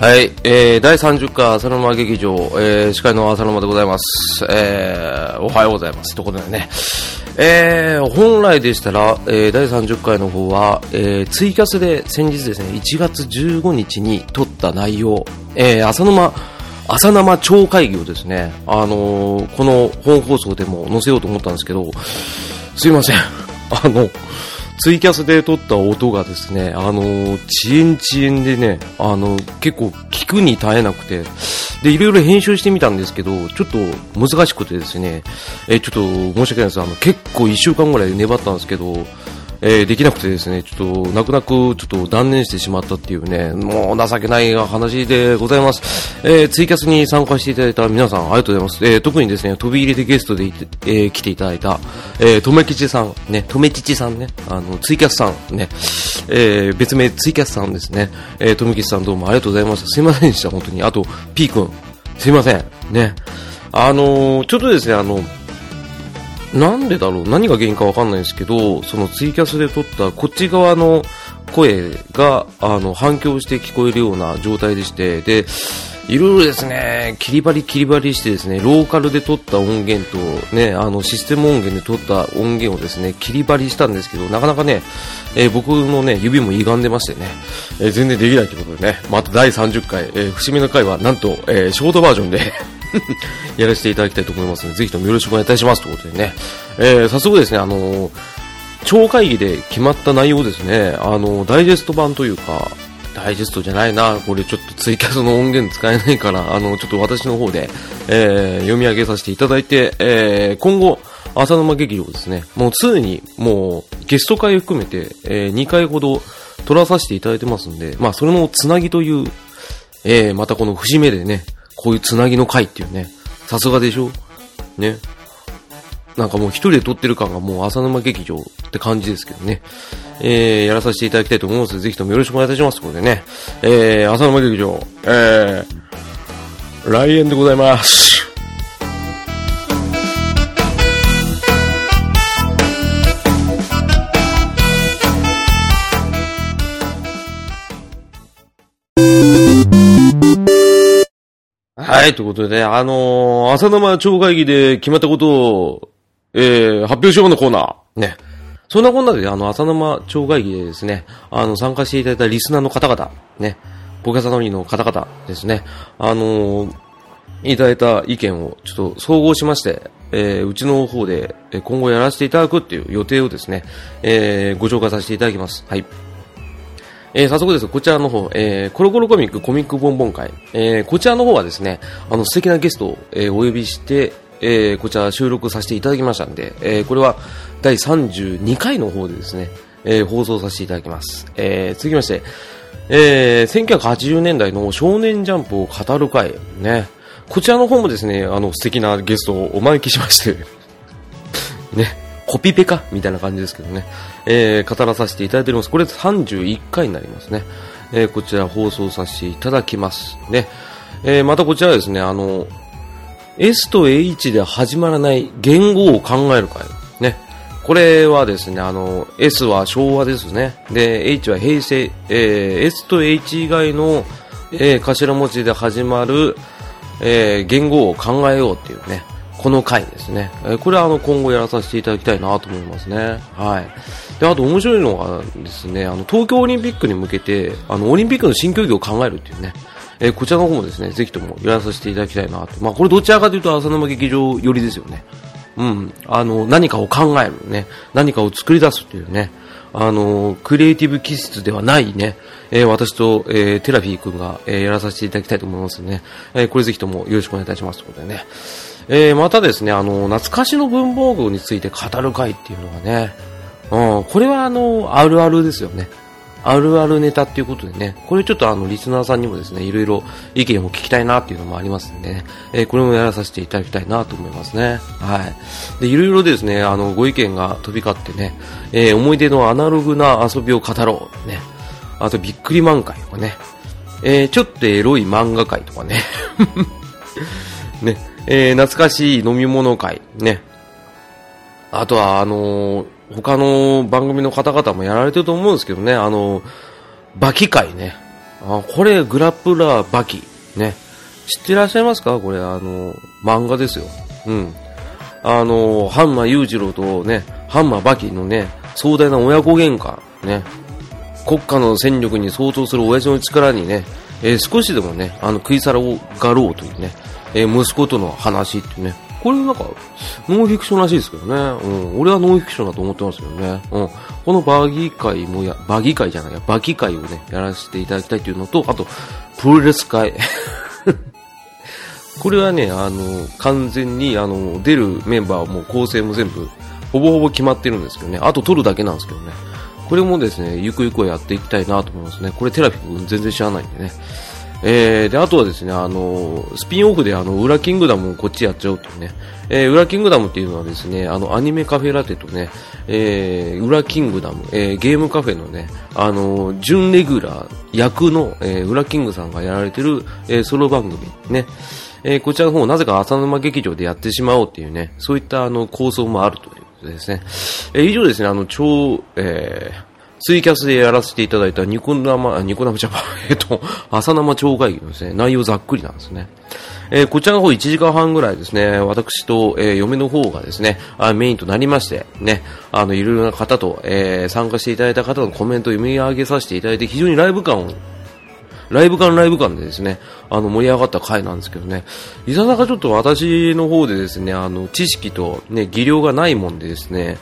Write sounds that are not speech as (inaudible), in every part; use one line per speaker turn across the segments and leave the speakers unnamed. はい、えー、第30回浅沼劇場、えー、司会の浅沼でございます。えー、おはようございます。ということでね、えー、本来でしたら、えー、第30回の方は、えー、ツイキャスで先日ですね、1月15日に撮った内容、えー、浅沼、朝生超会議をですね、あのー、この本放送でも載せようと思ったんですけど、すいません。あの、ツイキャスで撮った音がですね、あのー、遅延遅延でね、あのー、結構聞くに耐えなくて、で、いろいろ編集してみたんですけど、ちょっと難しくてですね、えー、ちょっと申し訳ないです。あの、結構一週間ぐらい粘ったんですけど、えできなくてですね、ちょっと、泣く泣く、ちょっと断念してしまったっていうね、もう情けない話でございます。えー、ツイキャスに参加していただいた皆さん、ありがとうございます。えー、特にですね、飛び入りでゲストでいて、えー、来ていただいた、えー、とめきちさん、ね、とめきちさんね、あの、ツイキャスさん、ね、えー、別名ツイキャスさんですね、えー、とめきちさんどうもありがとうございました。すいませんでした、本当に。あと、P 君、すいません、ね。あのちょっとですね、あの、なんでだろう何が原因かわかんないですけど、そのツイキャスで撮ったこっち側の声が、あの、反響して聞こえるような状態でして、で、いろいろですね、切り張り切り張りしてですね、ローカルで撮った音源と、ね、あの、システム音源で撮った音源をですね、切り張りしたんですけど、なかなかね、えー、僕のね、指も歪んでましてね、えー、全然できないということでね、また第30回、えー、節目の回は、なんと、えー、ショートバージョンで (laughs) やらせていただきたいと思いますので、ぜひともよろしくお願いいたしますということでね、えー、早速ですね、あのー、超会議で決まった内容ですね、あのー、ダイジェスト版というか、ダイジェストじゃないな、これちょっとツイキャスの音源使えないから、あのー、ちょっと私の方で、えー、読み上げさせていただいて、えー、今後、浅沼劇場ですね、もう常に、もう、ゲスト会を含めて、えー、2回ほど撮らさせていただいてますんで、まあ、それのつなぎという、えー、またこの節目でね、こういうつなぎの回っていうね、さすがでしょね。なんかもう一人で撮ってる感がもう浅沼劇場って感じですけどね。えー、やらさせていただきたいと思いますので、ぜひともよろしくお願いいたします。これでね、えー、浅沼劇場、えー、来園でございます。はい、ということで、あのー、朝生超会議で決まったことを、えー、発表しようのコーナー。ね。そんなこんなで、あの、朝生超会議でですね、あの、参加していただいたリスナーの方々、ね、ポケサノリの方々ですね、あのー、いただいた意見をちょっと総合しまして、えー、うちの方で今後やらせていただくっていう予定をですね、えー、ご紹介させていただきます。はい。えー、早速ですこちらの方、えー、コロコロコミックコミックボンボン会、えー、こちらの方はですね、あの、素敵なゲストを、えー、お呼びして、えー、こちら収録させていただきましたんで、えー、これは第32回の方でですね、えー、放送させていただきます。えー、続きまして、えー、1980年代の少年ジャンプを語る会、ね、こちらの方もですね、あの、素敵なゲストをお招きしましてね、コピペかみたいな感じですけどね、えー、語らさせていただいております。これ31回になりますね。えー、こちら放送させていただきます。ね。えー、またこちらですね、あの、S と H で始まらない言語を考える会。ね。これはですね、あの、S は昭和ですね。で、H は平成、えー、S と H 以外の、えー、頭文字で始まる、えー、言語を考えようっていうね。この回ですね。えー、これはあの今後やらさせていただきたいなと思いますね。はい。で、あと面白いのがですね、あの東京オリンピックに向けて、あのオリンピックの新競技を考えるっていうね、えー、こちらの方もですね、ぜひともやらさせていただきたいなと。まあこれどちらかというと浅沼劇場寄りですよね。うん。あの、何かを考えるね、何かを作り出すっていうね、あの、クリエイティブ気質ではないね、えー、私と、えー、テラフィー君が、えー、やらさせていただきたいと思いますね。えー、これぜひともよろしくお願いいたしますということでね。えー、またですね、あの、懐かしの文房具について語る会っていうのがね、うん、これはあの、あるあるですよね。あるあるネタっていうことでね、これちょっとあの、リスナーさんにもですね、いろいろ意見を聞きたいなっていうのもありますんでね、えー、これもやらさせていただきたいなと思いますね。はい。で、いろいろですね、あの、ご意見が飛び交ってね、えー、思い出のアナログな遊びを語ろう。ね。あと、びっくり漫画とかね、えー、ちょっとエロい漫画界とかね。 (laughs) ね、えー、懐かしい飲み物会、ね。あとは、あのー、他の番組の方々もやられてると思うんですけどね、あのー、バキ会ね。あこれ、グラップラーバキ。ね。知ってらっしゃいますかこれ、あの、漫画ですよ。うん。あの、ハンマー裕次郎とね、ハンマーバキのね、壮大な親子喧嘩。ね。国家の戦力に相当する親父の力にね、えー少しでもね、あの、食い皿をがろうというね、えー息子との話っていうね、これなんか、ノンフィクションらしいですけどね。うん。俺はノンフィクションだと思ってますけどね。うん。このバギ会もや、バギ会じゃないや、バギ会をね、やらせていただきたいというのと、あと、プロレス会。 (laughs) これはね、あの、完全に、あの、出るメンバーも構成も全部、ほぼほぼ決まってるんですけどね。あと取るだけなんですけどね。これもですね、ゆくゆくはやっていきたいなと思いますね。これテラフィ君全然知らないんでね。えー、で、あとはですね、あの、スピンオフであの、裏キングダムをこっちやっちゃおうというね。えー、裏キングダムっていうのはですね、あの、アニメカフェラテとね、えー、裏キングダム、えー、ゲームカフェのね、あの、準レギュラー役の、えー、裏キングさんがやられてる、えー、ソロ番組、ね。えーこちらの方をなぜか浅沼劇場でやってしまおうっていうね、そういったあの構想もあるということですね。えー以上ですね、あの、超、えーツイキャスでやらせていただいたニコ生、あニコ生ジャパン、 (laughs) えっと、浅生超会議のですね、内容ざっくりなんですね。えーこちらの方1時間半ぐらいですね、私と、えー嫁の方がですね、あメインとなりまして、ね、あの、いろいろな方と、えー参加していただいた方のコメントを読み上げさせていただいて、非常にライブ感をライブ感ライブ感でですね、あの盛り上がった回なんですけどね、いささかちょっと私の方でですね、あの知識とね、技量がないもんでですね、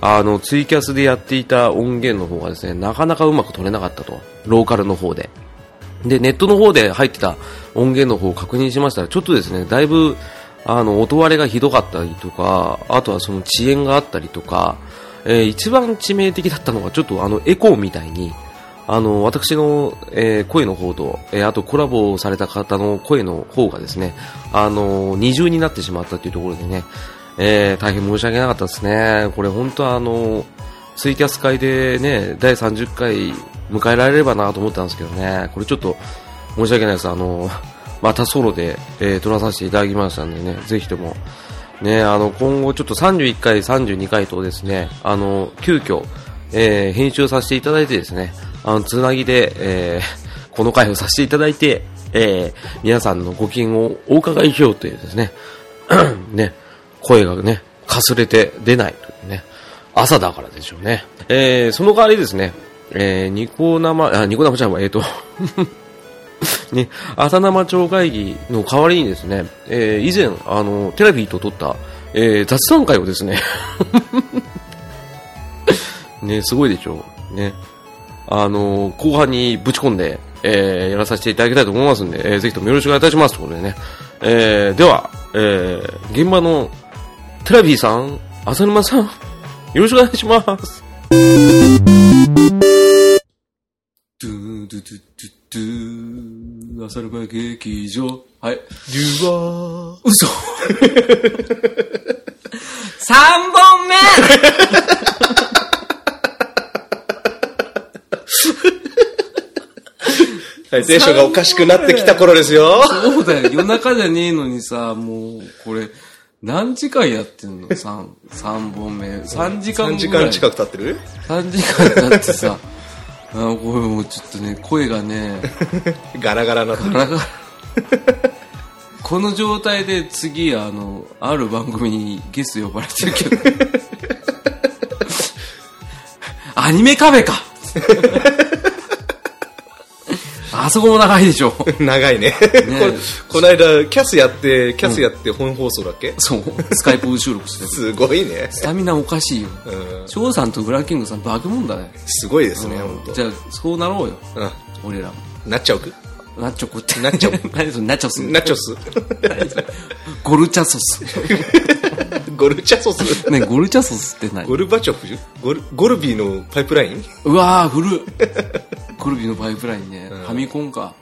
あのツイキャスでやっていた音源の方がですね、なかなかうまく取れなかったと、ローカルの方で。で、ネットの方で入ってた音源の方を確認しましたら、ちょっとですね、だいぶ、あの、音割れがひどかったりとか、あとはその遅延があったりとか、えー一番致命的だったのが、ちょっとあの、エコーみたいに、あの、私の、えー声の方と、えーあとコラボされた方の声の方がですね、あの、二重になってしまったというところでね、えー大変申し訳なかったですね。これ本当はあの、ツイキャス会でね、第30回迎えられればなと思ったんですけどね、これちょっと申し訳ないです。あの、 (laughs) またソロで、えー撮らさせていただきましたんでね、ぜひとも、ね、あの、今後ちょっと31回、32回とですね、あの、急遽、えー編集させていただいてですね、あの、つなぎで、えー (laughs) この回をさせていただいて、えー皆さんのご機嫌をお伺いしようというですね、 (clears throat) ね、声がね、かすれて出ないというね、朝だからでしょうね。えーその代わりですね、えーニコ生、あ、ニコ生ちゃんは、えーと、 (laughs) ね、浅生町会議の代わりにですね、えー以前、あの、テレビと撮った、えー雑談会をですね、 (laughs) ね、すごいでしょう。ね。あの、後半にぶち込んで、えーやらさせていただきたいと思いますんで、えーぜひともよろしくお願いいたします。ということでね。えーでは、えー現場のテラビーさん、浅沼さん、よろしくお願いします。
ドゥドゥドゥドゥドゥ、朝ルバ劇場。はい。嘘
三本目
はい、テンションがおかしくなってきた頃ですよ。
そうだよ。夜中じゃねえのにさ、もう、これ、何時間やってんの三、三本目。三時間
3
ぐ
時
ら
間
い。
近く経ってる
3時間だってさ、あこれもうちょっとね、声がね、
ガラガラなってる。
ガラガラ。この状態で次、あの、ある番組にゲスト呼ばれてるけど。アニメカフェかあそこも長いでしょ。
長いね。ここの間、キャスやって、キャスやって本放送だっけ、
そう、スカイプ収録してる。
すごいね。
スタミナおかしいよ。
うん。
翔さんとグラキングさんバグもんだね。
すごいですね、
うん
本当。
じゃあ、そうなろうよ。
う
俺らも。
ん。なっちゃおく
ナチョコって。
ナチ
(laughs) 何それ、ナチョス。
なっちゃおす
ゴルチャソス。
ゴルチャソス
ね、ゴルチャソスって何
ゴルバチョフゴル、ゴルビーのパイプライン
うわー、古い。コルビのパイプラインね。ファミコンか。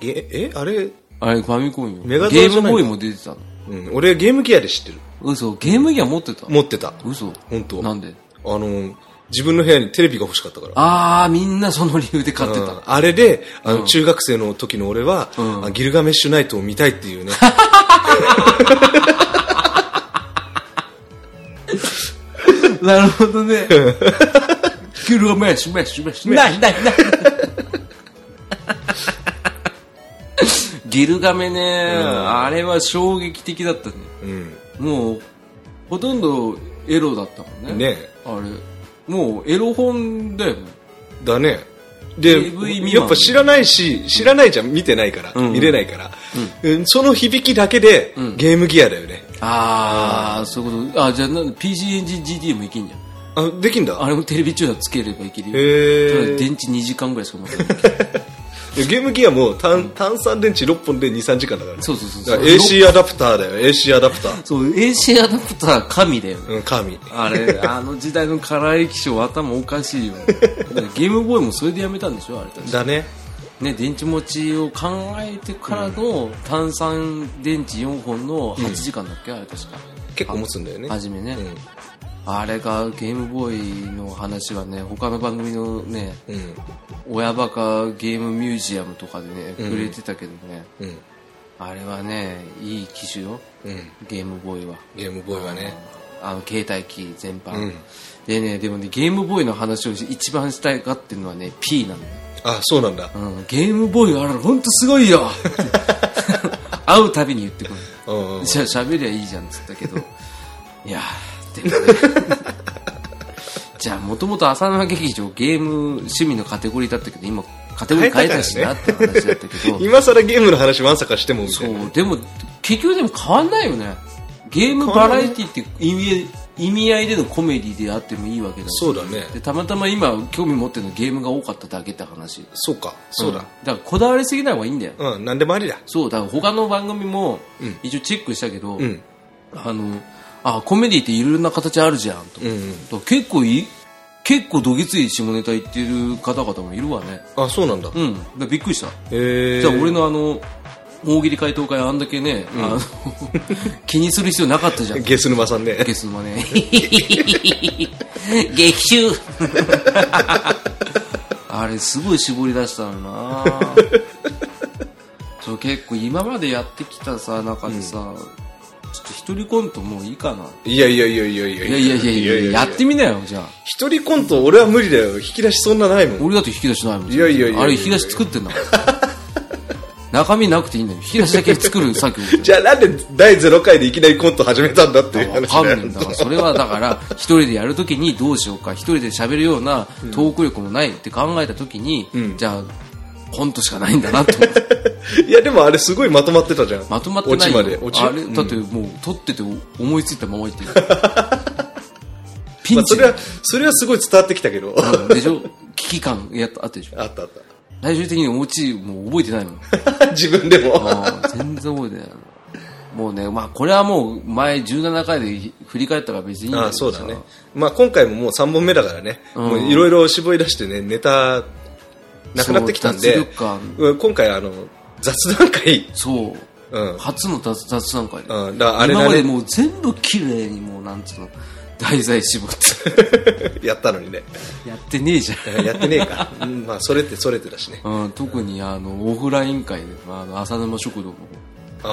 ゲえ、あれ、
あれ、ファミコンよ。
メガド
ゲ
ラじゃない
ームボーイも出てたの。
うん、俺ゲームギアで知ってる。
嘘、ゲームギア持ってた。
持ってた。
嘘。
本当
なんで
あの、自分の部屋にテレビが欲しかったから。
あー、みんなその理由で買って
うん
た。
あれで、あの、中学生の時の俺は、
うん
あギルガメッシュナイトを見たいっていうね。
なるほどね。
(laughs)
キルメッシュメッシュメッシュ。ないないない。ギルガメね、あれは衝撃的だったね。
うん。
もう、ほとんどエロだったもんね。
ね
あれ。もうエロ本だよね。
だね。で
AV 未、満
やっぱ知らないし、知らないじゃん、見てないから、
うん
見れないから、うんその響きだけで、
ん
ゲームギアだよね。
ああ、そういうこと。あ、じゃあなん PCNGGT もいけんじゃん。
あ、できんだ。
あれもテレビ中はつければいけるよ。ただ
へえ。
電池2時間ぐらいしか持たない。
(laughs) ゲームギアも単単酸電池6本で2、3時間だからね。
そうそうそうそ
だ
う。
から AC アダプターだよ、AC アダプター。
そう、AC アダプター神だよね。
うん、神。
あれ、 (laughs) あの時代のカラー液晶頭おか
(laughs)
しいよ。だからゲームボーイもそれでやめたんでしょあれたち。
だね。
ね、電池持ちを考えてからの炭酸電池4本の8時間だっけ、あれ確か。
結構持つんだよね。
初めね、
うん
あれがゲームボーイの話はね、他の番組のね、
うん。
親バカゲームミュージアムとかでね、触れてたけどね、
うん。
あれはね、いい機種よ。
うん。
ゲームボーイは。
ゲームボーイはね。
あの携帯機全般、
うん
でねでもねゲームボーイの話を一番したいかっていうのはね P なんだよ、
あ、そうなんだ。
うん、ゲームボーイあれ本当すごいよ
(laughs)
会うたびに言ってくる
うん。
じゃあ喋りゃいいじゃんっつったけ
(laughs)
どいやーでもね (laughs) じゃあもともと浅沼劇場ゲーム趣味のカテゴリーだったけど今カテゴリー変えたしなって話だったけど、
今更ゲームの話まさかしてもみた
そ
いな。
うでも結局でも変わんないよねゲームバラエティって意味意味合いでのコメディであってもいいわけだし
そうだね
でたまたま今興味持ってるのゲームが多かっただけって話
そうか、そうだ
ん。だからこだわりすぎない方がいいんだよ、
うん、なんでもありだ。
そうだから他の番組も
うん
一応チェックしたけど、
うん。
あのあコメディっていろんな形あるじゃんと、
うんうん。
だから結構いい結構どぎつい下ネタ言ってる方々もいるわね
あ、そうなんだ。
うんだからびっくりした
ええ。
じゃあ俺のあの大喜利回答会あんだけね、あの (laughs) 気にする必要なかったじゃん
ゲス沼さんね。
ゲスの
(laughs)
ね
激臭
(laughs) あれすごい絞り出したの
(laughs)
なそう結構今までやってきたさ中でさ、ちょっと一人コントもういいかない
やいやいやいやいや
いやいやいやいややってみなよじゃあ
一人コント俺は無理だよ。引き出しそんなないもん。
俺だって引き出しないもん
いやいやいやいや
あれ引き出し作ってんだから中身なくていいんだよ引き出しだけ作る作業
じゃあなんで第0回でいきなりコント始めたんだっていう
わ
話
かん
だ
な
よ
いんだから、それはだから、一人でやるときにどうしようか、一人で喋るようなトーク力もないって考えたときに、じゃあ、コントしかないんだな
(laughs)
と思って。
(laughs) いやでもあれすごいまとまってたじゃん。
まとまってない
オチまで。オチ
あれ、
うん
だってもう、撮ってて思いついたまま言ってる。ピ
ま
ン
あそ
チ
れは、それはすごい伝わってきたけど。あ
でしょ危機感やっあったでしょ
ったあっ (laughs)
最終的にお家もう覚えてないもん。
た。自分でも。
あー全然覚えてないなもうね、まあこれはもう前17回で振り返ったから別にいいんだけ
あ
どさ
そうだね。まあ今回ももう3本目だからね。
ん
もういろいろ絞り出してね、ネタ、なくなってきたん
そ
で
う脱力感。
うん今回あの、雑談会。
そう。
うん。
初の雑雑談会で、
うんだからあれだね
今までもう全部綺麗にもうなんつうの題材絞って
(laughs) やったのにね。
やってねえじ
やってねえか。うんまあそれってそれってだしね。
ゃん、 (laughs) うん、特にあのオフライン会であの浅沼食堂のあ
あ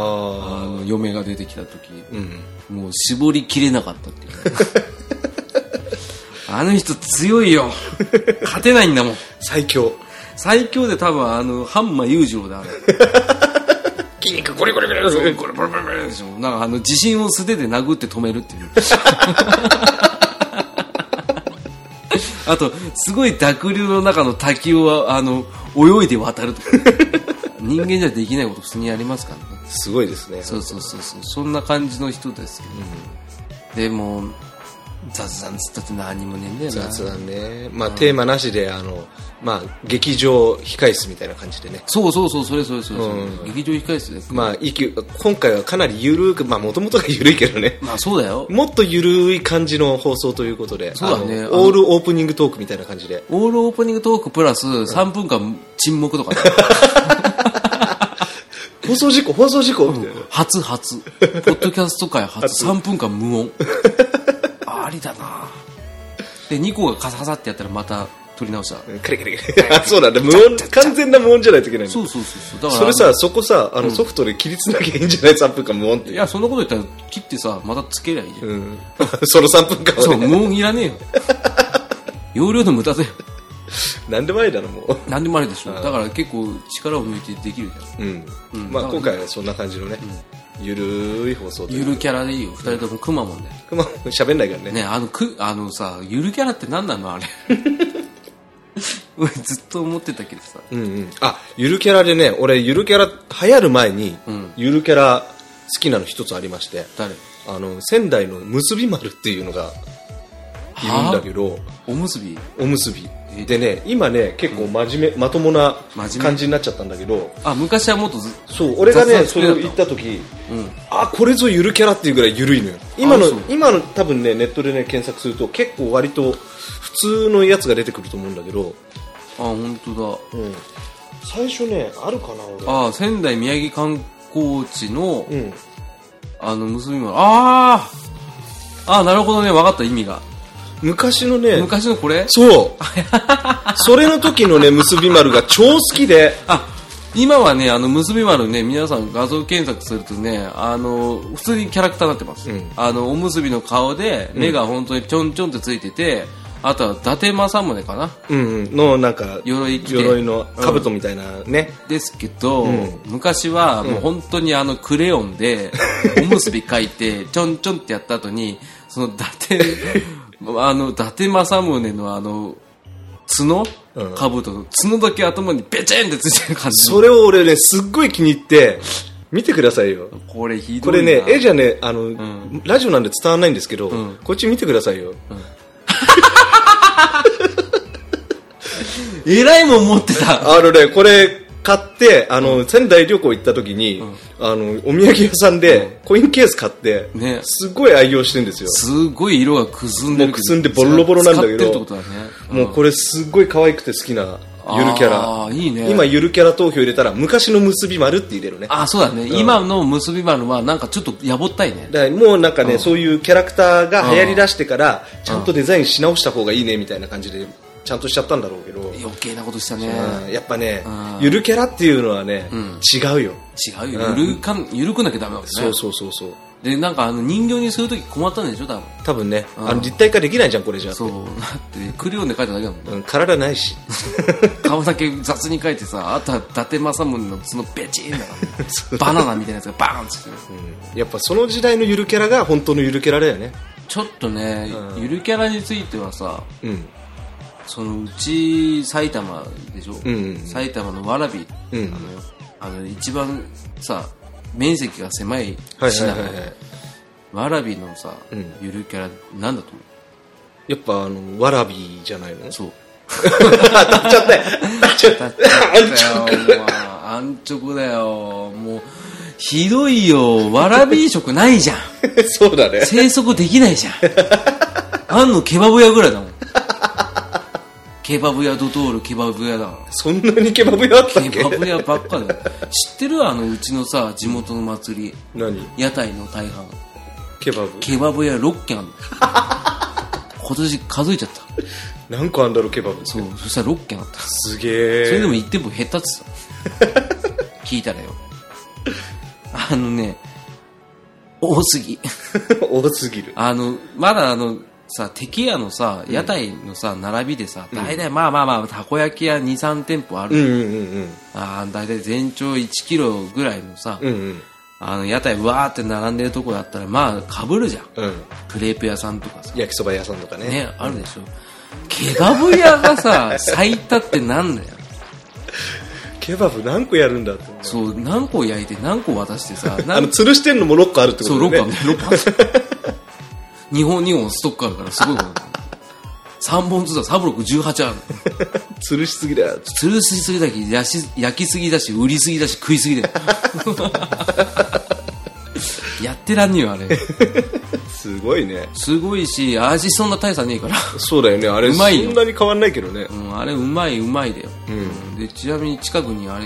あ。
の嫁が出てきた時、
うん。
もう絞りきれなかった (laughs) っていうあの人強いよ勝てないんだもん
最強。
最強で多分あのハンマー裕次郎だ
(laughs) 筋肉ゴリゴリゴリゴリゴリゴリゴリ
でしょなんかあの自信を素手で殴って止めるっていう (laughs) あとすごい濁流の中の滝をあの泳いで渡るとか人間じゃできないこと普通にやりますからね
すごいですね。
そうそうそうそうそんな感じの人ですけど、でも雑談つったって何もねえんだよな
雑談ね。まあテーマなしで、あの、まあ劇場控室みたいな感じでね。
そうそうそうそれそれそれそれ、
う
劇場控え室で
まあ息今回はかなりゆるく、まあもともとがゆるいけどね。
まあそうだよ
もっとゆるい感じの放送ということで、
そうだね
あ
あの
のオールオープニングトークみたいな感じで。
オールオープニングトークプラス3分間沈黙
(laughs)
とかね、
放送事故、放送事故みたいな。
初初。ポッドキャスト界初。3分間無
(laughs)
音。ありだなで、2個がカサカサってやったらまた撮り直した。
クリクリクリ。 (laughs) あそうなんだ。無音、完全な無音じゃないといけないんだ
そうそうそう。そうだから、
それさ、そこさ、あのソフトで切りつなきゃいいんじゃない ?3 分間無音っ
い
て。
や、そんなこと言ったら切ってさ、またつけりゃいいじゃん。
(laughs) うん。その3分間
そう、
はね。 (laughs)
無音いらねえよ。容量の無駄だよ。
何でもありだろもう
何でもありでしょだから結構力を抜いてできるじゃん
うん、まあ今回はそんな感じのね、ゆるい放送で
ゆるキャラでいいよ二人ともくまモンで
まあ喋んないからね
ねあのくあのさゆるキャラって何なのあれ俺ずっと思ってたけどさ
うんうんあゆるキャラでね俺ゆるキャラ流行る前に、ゆるキャラ好きなの一つありまして
誰
あの仙台の結び丸っていうのがいるんだけど
おむすび
おむすびでね今ね結構真面目、まともな
真面目
感じになっちゃったんだけど
あ昔はもっとず
そう俺が
雑
ね
な
そ
作
れ
りだっ
を
た
言った時、
ん
あこれぞゆるキャラっていうぐらいゆるいのよ今の
あそう
今の多分ねネットでね検索すると結構割と普通のやつが出てくると思うんだけど、
あ本当
うん、最初ねあるかな俺
だあ仙台宮城観光地の、
うん
あの結びもあーあーなるほどね分かった意味が
昔のね
昔のこれ
そうそれの時のね結び丸が超好きで
あ今はね、あの、結び丸ね、皆さん画像検索するとね、あの、普通にキャラクターになってます。
うん
あの、おむすびの顔で、目が本当にちょんちょんってついてて、あとは伊達政宗かな
うんうんのなんか
鎧着て
鎧の兜みたいなね、
ですけど、
ん
昔はもう本当にあのクレヨン
(laughs)
で、おむすび描いて、ちょんちょんってやった後に、その伊
(laughs)
達、あの、伊達政宗のあの、角
うん
兜の角だけ頭にベチェンってついてる感じ。
それを俺ねすっごい気に入って見てくださいよ
これひど
こ
いな
れね、絵じゃね、あの、
ん
ラジオなんで伝わらないんですけど、
ん
こっち見てくださいよ。えらいもん持って
た。
あのね、これ買って、あの、仙台旅行行った時に、あの、お土産屋さんでコインケース買って、
ね
すごい愛用してんですよ。
すごい色がくすんでるけど
もうくすんでボロボロなんだけど
使ってるってことだね
もうこれすっごい可愛くて好きなゆるキャ
あ
ラ。
ーいいね
今ゆるキャラ投票入れたら、昔の結び丸って入れるね。
あそうだね、今の結び丸はなんかちょっとやぼったいね
だからもうなんかね、そういうキャラクターが流行り出してから、ちゃんとデザインし直した方がいいねみたいな感じで、ちゃんとしちゃったんだろうけど、
余計なことしたね
うんやっぱね
うん、
ゆるキャラっていうのはね、違うよ。
違うよゆるかんゆるくなきゃダメだもんね
そうそうそうそう。
でなんかあの人形にするとき困ったんでしょ多分
多分ね、あの立体化できないじゃん、これじゃ。
そうだってクリオンで描いただけだもん
うん体ないし。
顔だけ雑に描いてさあとは伊達政宗のそのベチ
(laughs)
ーンだからバナナみたいなやつがバーンってしてる
やっぱその時代のゆるキャラが本当のゆるキャラだよね。
ちょっとね、
うん
ゆるキャラについてはさ
うん。
そのうち埼玉でしょ、
んうんうん
埼玉の蕨、
うん
あのあの一番さ面積が狭い
はい
市
はい
な
はい
の
はい
で。蕨のさ、
うん
ゆるキャラなんだと思
やっぱあの、わらびじゃない
(laughs)
の
う
(laughs)
そう
当たっちゃったよ。当た (laughs) っちゃった。
だよもう安直だよもうひどいよ蕨移植ない
(laughs)
じゃん
そうだね。
生息できない
(laughs)
じゃんあんのケバブ屋ぐらいだもんケバブ屋ドトールケバブ屋だから
そんなにケバブ屋あったっ
ケ
け
バブ屋ばっかだよ知ってるあのうちのさ地元の祭り
何
屋台の大半
ケバブ
ケバブ屋6軒あるの今年数えちゃった
何個あんだろう、ケバブ。
そうそしたら6軒あった
すげえ。
それでも1店舗減ったっつった聞いたらよあのね多すぎ
(laughs) 多すぎる。
あのまだあのさ敵屋のさ屋台のさ、並びでさ大体まあまあまあたこ焼き屋23店舗ある、
うんうんうん
あー大体全長1キロぐらいのさ、
うん。うんうん。
あの屋台わーって並んでるとこだったらまあかぶるじゃん
うん。
クレープ屋さんとかさ
焼きそば屋さんとかね。
ねあるでしょケガブ屋がさ最多ってなんだよ
ケバブ何個やるんだって。
そう何個焼いて何個渡して
(laughs)
さ
あ
何
の、吊るしてんのも6個あるってこ
そう
と
6
だ
個
よ
ある6
ね。
個ある2本2本ストックあるからすごいこと3本ずつだ3618ある
吊るしすぎだよ。
吊るしすぎだけ焼し焼きすぎだし売りすぎだし食いすぎだよ (laughs) やってらんねえよあれ
すごいね。
すごいし味そんな大差ねえから
そうだよね。あれ、
うまいよ
そんなに変わんないけどね
う。ん、あれうまいうまいだよ、でちなみに近くにあれ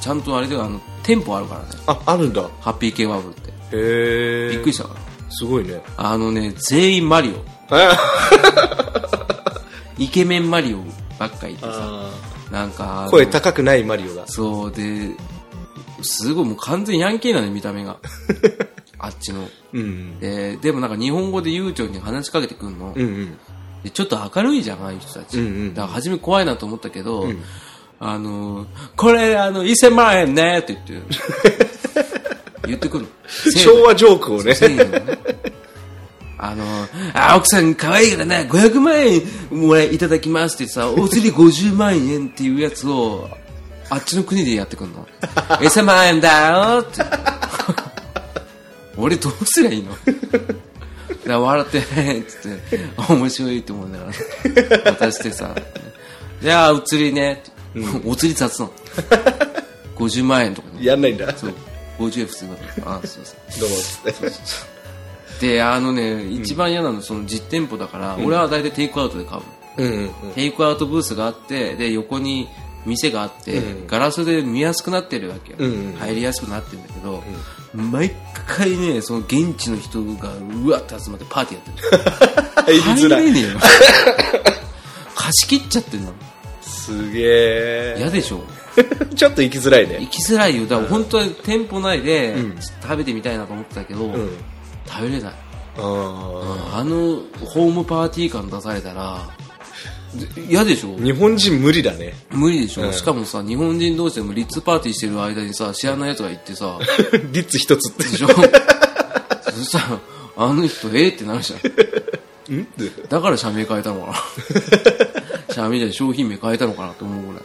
ちゃんとあれではあの店舗あるからね
あ、あるんだ。
ハッピーケバブって
へえ。
びっくり
し
したから
た。すごいね。
あのね全員マリオ
あ
イケメンマリオばっかいてさ
あ
なんかあの
声高くないマリオが。
そうですごいもう完全ヤンキーなのよ見た目があっちの
うん。
ででもなんか日本語で悠長に話しかけてくんの、
うんうん。
でちょっと明るいじゃん、ああいう人たち。
うんうん
だから初め怖いなと思ったけど、あのー、これ、あの、1000万円ねって言
(laughs)
って、言ってくるの。
昭和ジョークをね。
1000円をね。あのー、あ、奥さん可愛いからね、500万円もらいいただきますってさ、お釣り50万円っていうやつを、あっちの国でやってくる
(laughs)
の。1000万円だよって。俺どうすりゃいいのだから笑ってねっつって面白いと思いながら渡してさ「じゃあお釣りね」お釣り雑
(laughs)
なの50万円とかね
やんないんだ。
そう50円普通だからあそうそう
どうもっつって。
であのね一番嫌なのその実店舗だから、俺は大体テイクアウトで買うの
うんうんうん。
テイクアウトブースがあってで横に店があって、ガラスで見やすくなってるわけよ、
んうん
入りやすくなってるんだけど、毎回ねその現地の人がうわって集まってパーティーやってる
(laughs) 入りづら
入れ
い。
ねえ
(laughs)
よ貸し切っちゃってんの
すげえ。
嫌でしょ
(laughs) ちょっと行きづらい
行
ね。
きづらいよだから本当は店舗内で食べてみたいなと思ってたけど、
ん
食べれない
あ
あのホームパーティー感出されたらで嫌でしょ
ー日本人無理だね。 (laughs)
無理でしょ、しかもさ日本人同士でもリッツパーティーしてる間にさ知らない奴が行ってさ
リッツ一つって。
でしょそしたらあの人ええってなるじゃんだから社名変えたのかな社名じゃない商品名変えたのかなと思うぐらい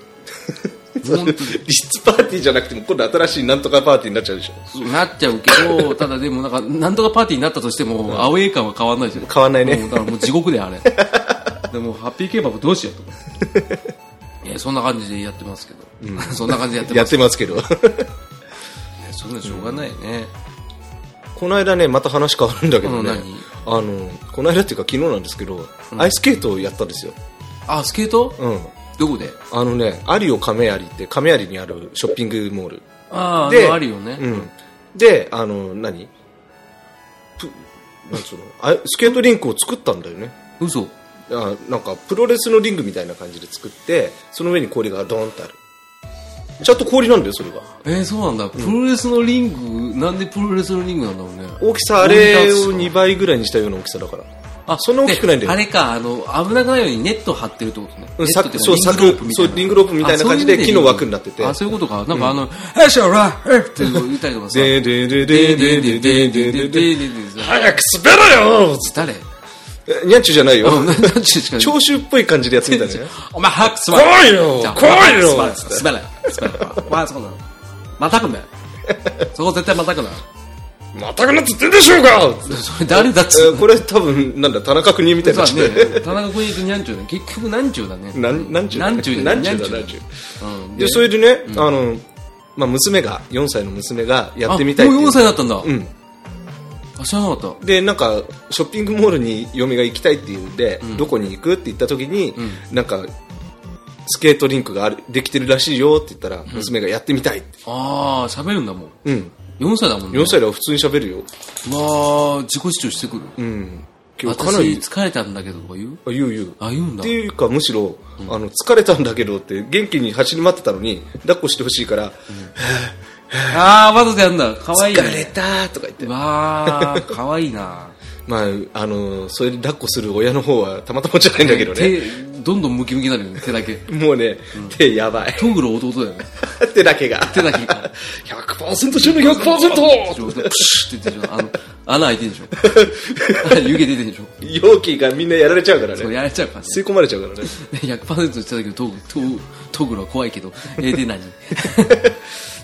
本当に
リッツパーティーじゃなくても今度新しいなんとかパーティーになっちゃうでしょ。
そうなっちゃうけどただでもなんか (laughs) なんとかパーティーになったとしても、アウェー感は変わんないじゃん
変わんないね
もうだからもう地獄だよあ
(laughs)
れでもハッピーケーバブどうしようと思っていやそんな感じでやってますけど、 (laughs) そんな感じでやって
や
ま
っ
す
てますけど。 (laughs)
そんなしょうがないよね、
この間ね、また話変わるんだけどね
うん。
あの、この間っていうか昨日なんですけど、アイスケートをやったんですよ。
あスケート、
うん。
どこで
あのね、アリオ亀有って亀有にあるショッピングモール。
ああ、
で
で、あるよね。
うん。で、あの、何プなんつうのあスケートリンクを作ったんだよね。
嘘。
あなんか、プロレスのリングみたいな感じで作って、その上に氷がドーンってある。ちゃんと氷なんだよ、それが。
えー、そうなんだ。プロレスのリング、なんでプロレスのリングなんだろうね。
大きさあれを2倍ぐらいにしたような大きさだから。
あ
そんな大きくないんだよ
であれか、あの、危なくないようにネット張ってるってことね。
うん
ネットってい
柵そう
リングロープみたいな
柵そうリ
あそ
ングロープみたいな感じで
ういう意味
木の枠になってて
あ、そういうことか。なんかあの、えっしょらえっって言ったりとかさ。
でででででででででで早く滑ろよつ
誰 (laughs)
ってにゃんちゅうじゃないよ。
うん、なんなんちゅうしか
聴衆っぽい感じでやってみたね。
(laughs) お前早く座
来い
れ
よ
じゃあ
来いよ
お前早く座れ座れ座れお前そうなの。またく
(laughs)
なよ。そこ絶対またくなよ。
またくなって言ってんでしょうかつって
それ誰だっつう
えーこれ多分、なんだ、田中邦衛みたいに
そ
な
う
っ
だ
ちゃって。
ね。田中君行くにゃんちゅうだね。結局なんちゅうだね。
(laughs) なん、なんちゅうだ
なんちゅうじゃな
ないんちゅう
なん
だ、
ちゅう
なんちゅう。
うん
で、それでね、あの、まあ、娘が、4歳の娘がやってみたい
あ
っていう
もう4歳だったんだ。
うん。
あ、知らなかっ
で、なんか、ショッピングモールに嫁が行きたいって言うんで、どこに行くって言った時に、なんか、スケートリンクがある、できてるらしいよって言ったら、娘がやってみたいって。
た。ああ、喋るんだもん。
うん。
4歳だもんね。
4歳では普通に喋るよ。
うわー自己主張してくる。
うん。今日か
私
なり、
疲れたんだけどとか言う
あ言う言う。
あ、言うん
っ
だ
て。いうかむしろ、あの疲れたんだけどって元気に走り回ってたのに抱っこしてほしいから、
ああ、わざとやんだ。かわいいね。
疲れたーとか言って、
わあ、かわいいな。
まあ、あのそれで抱っこする親の方はたまたまじゃないんだけどね
手、どんどんムキムキになるよね、手だけ。
もうね、手やばい
トグロ弟だよね。
手だけが
手だけが。
100%中の 100%!
プシュって言ってるでしょ。あの、穴開いてるでしょ。 (laughs) 湯気出てるでしょ。
容器がみんなやられちゃうから
そう
ね
やられちゃうからね。
吸い込まれちゃうからね
100%してたけどトグトグトグロは怖いけどえーで
(laughs)
何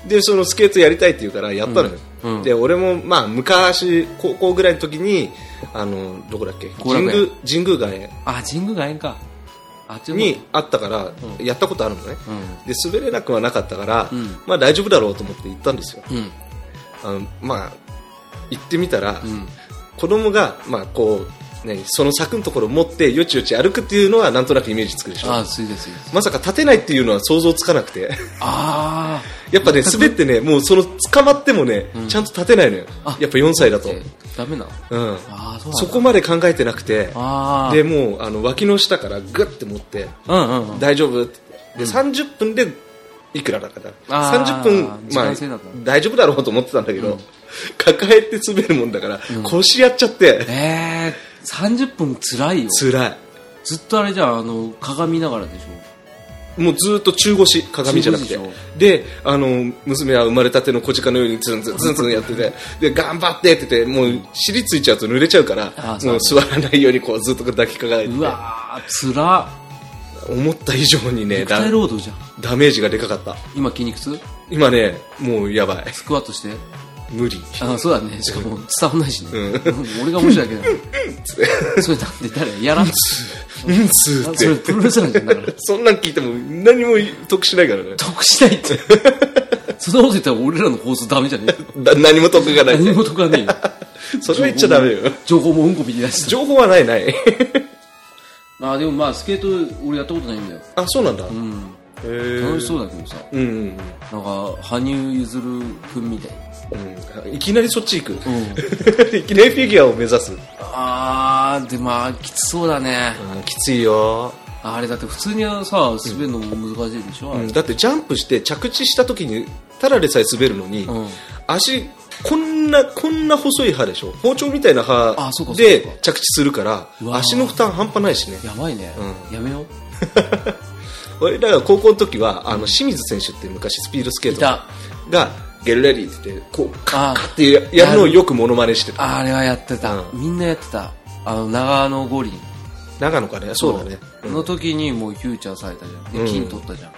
でそのスケートやりたいって言うからやったのよ、で俺もまあ昔高校ぐらいの時にあのどこだっけ
後
神
楽園
宮神宮外苑
あ神宮外苑かあっちの方
にあったから、やったことあるのね、
う
で滑れなくはなかったから、まあ大丈夫だろうと思って行ったんですよ
うん
あのまあ行ってみたら、子供がまあこう、ね、その柵のところを持ってよちよち歩くっていうのはなんとなくイメージつくでし
あ
ょ
あそうですそうです
まさか立てないっていうのは想像つかな
(laughs)
くて
あ
やっぱね滑ってねもうその捕まってもね、ちゃんと立てないのよ
あ
やっぱ4歳だ
あ
と、
ダメなの
うん、
ああそうなんだ
そこまで考えてなくて
ああ
でもうあの脇の下からグッて持って
うんうんうん
大丈夫ってで、30分でいくらだから
あー
30分、
時
ま
間
あ
制だと、
大丈夫だろうと思ってたんだけど、抱えて滑るもんだから、腰やっちゃって
ええ30分つらいよ
辛い
ずっとあれじゃあ、あの、鏡見ながらでしょ。
もうずっと中腰鏡じゃなくて
中腰でし
であの娘は生まれたての小鹿のようにツンツンツンツンやっててで頑張ってって言ってもう尻ついちゃうと濡れちゃうから
あそう
もう座らないようにこうずっと抱きかかえてて
うわー、つら。
思った以上にね
肉
ダ
体労働じゃん。
ダメージがでかかった
今筋肉痛
今ねもうやばい
スクワット
(laughs)
して。
無理
あ、そうだ
(laughs)
ね。しかも伝わんないしね。
うん
(laughs) 俺が面白い
(laughs)
だけだ。それなんで誰やらん
うんつーっ
それプ
て
ロレスラーじゃんだから。
そんなん聞いても何も得しないから
(laughs)
ね
得しないって。
(laughs)
そんなこと言ったら俺らの放送ダメじゃねえよ
だ何も得がない
何も得はねえよ。
それは言っちゃダメよ
情報もうんこ見て出
(laughs)
した。
情報はないない
まあでもまあスケート俺やったことないんだよ。
あそうなんだ、
うん。
へえ
楽しそうだけどさ。
うんうん
なんか、羽生結弦くんみたい
うんいきなりそっち行く、
な。うん。
(laughs) いきなりフィギュアを目指す
あー、でまあきつそうだね。
きついよ、
あれだって普通にはさ、滑るのも難しいでしょ、
うん、だってジャンプして着地した時にただでさえ滑るのに、
うん
足こんなこんな細い歯でしょ包丁みたいな歯
あそうかそうか
で着地するから
うわー
足の負担半端ないしね
やばいね、やめよう
俺らが高校の時はあの清水選手って昔スピードスケー
い
ト
た
がゲルレディって言ってこうカッ
あ
カッってややるのをよくモノマネしてた
あれはやってた、
うん
みんなやってたあの長野五輪
長野かねそうだね
そうの時にもうフューチャーされたじゃんで
うん
金取ったじゃん、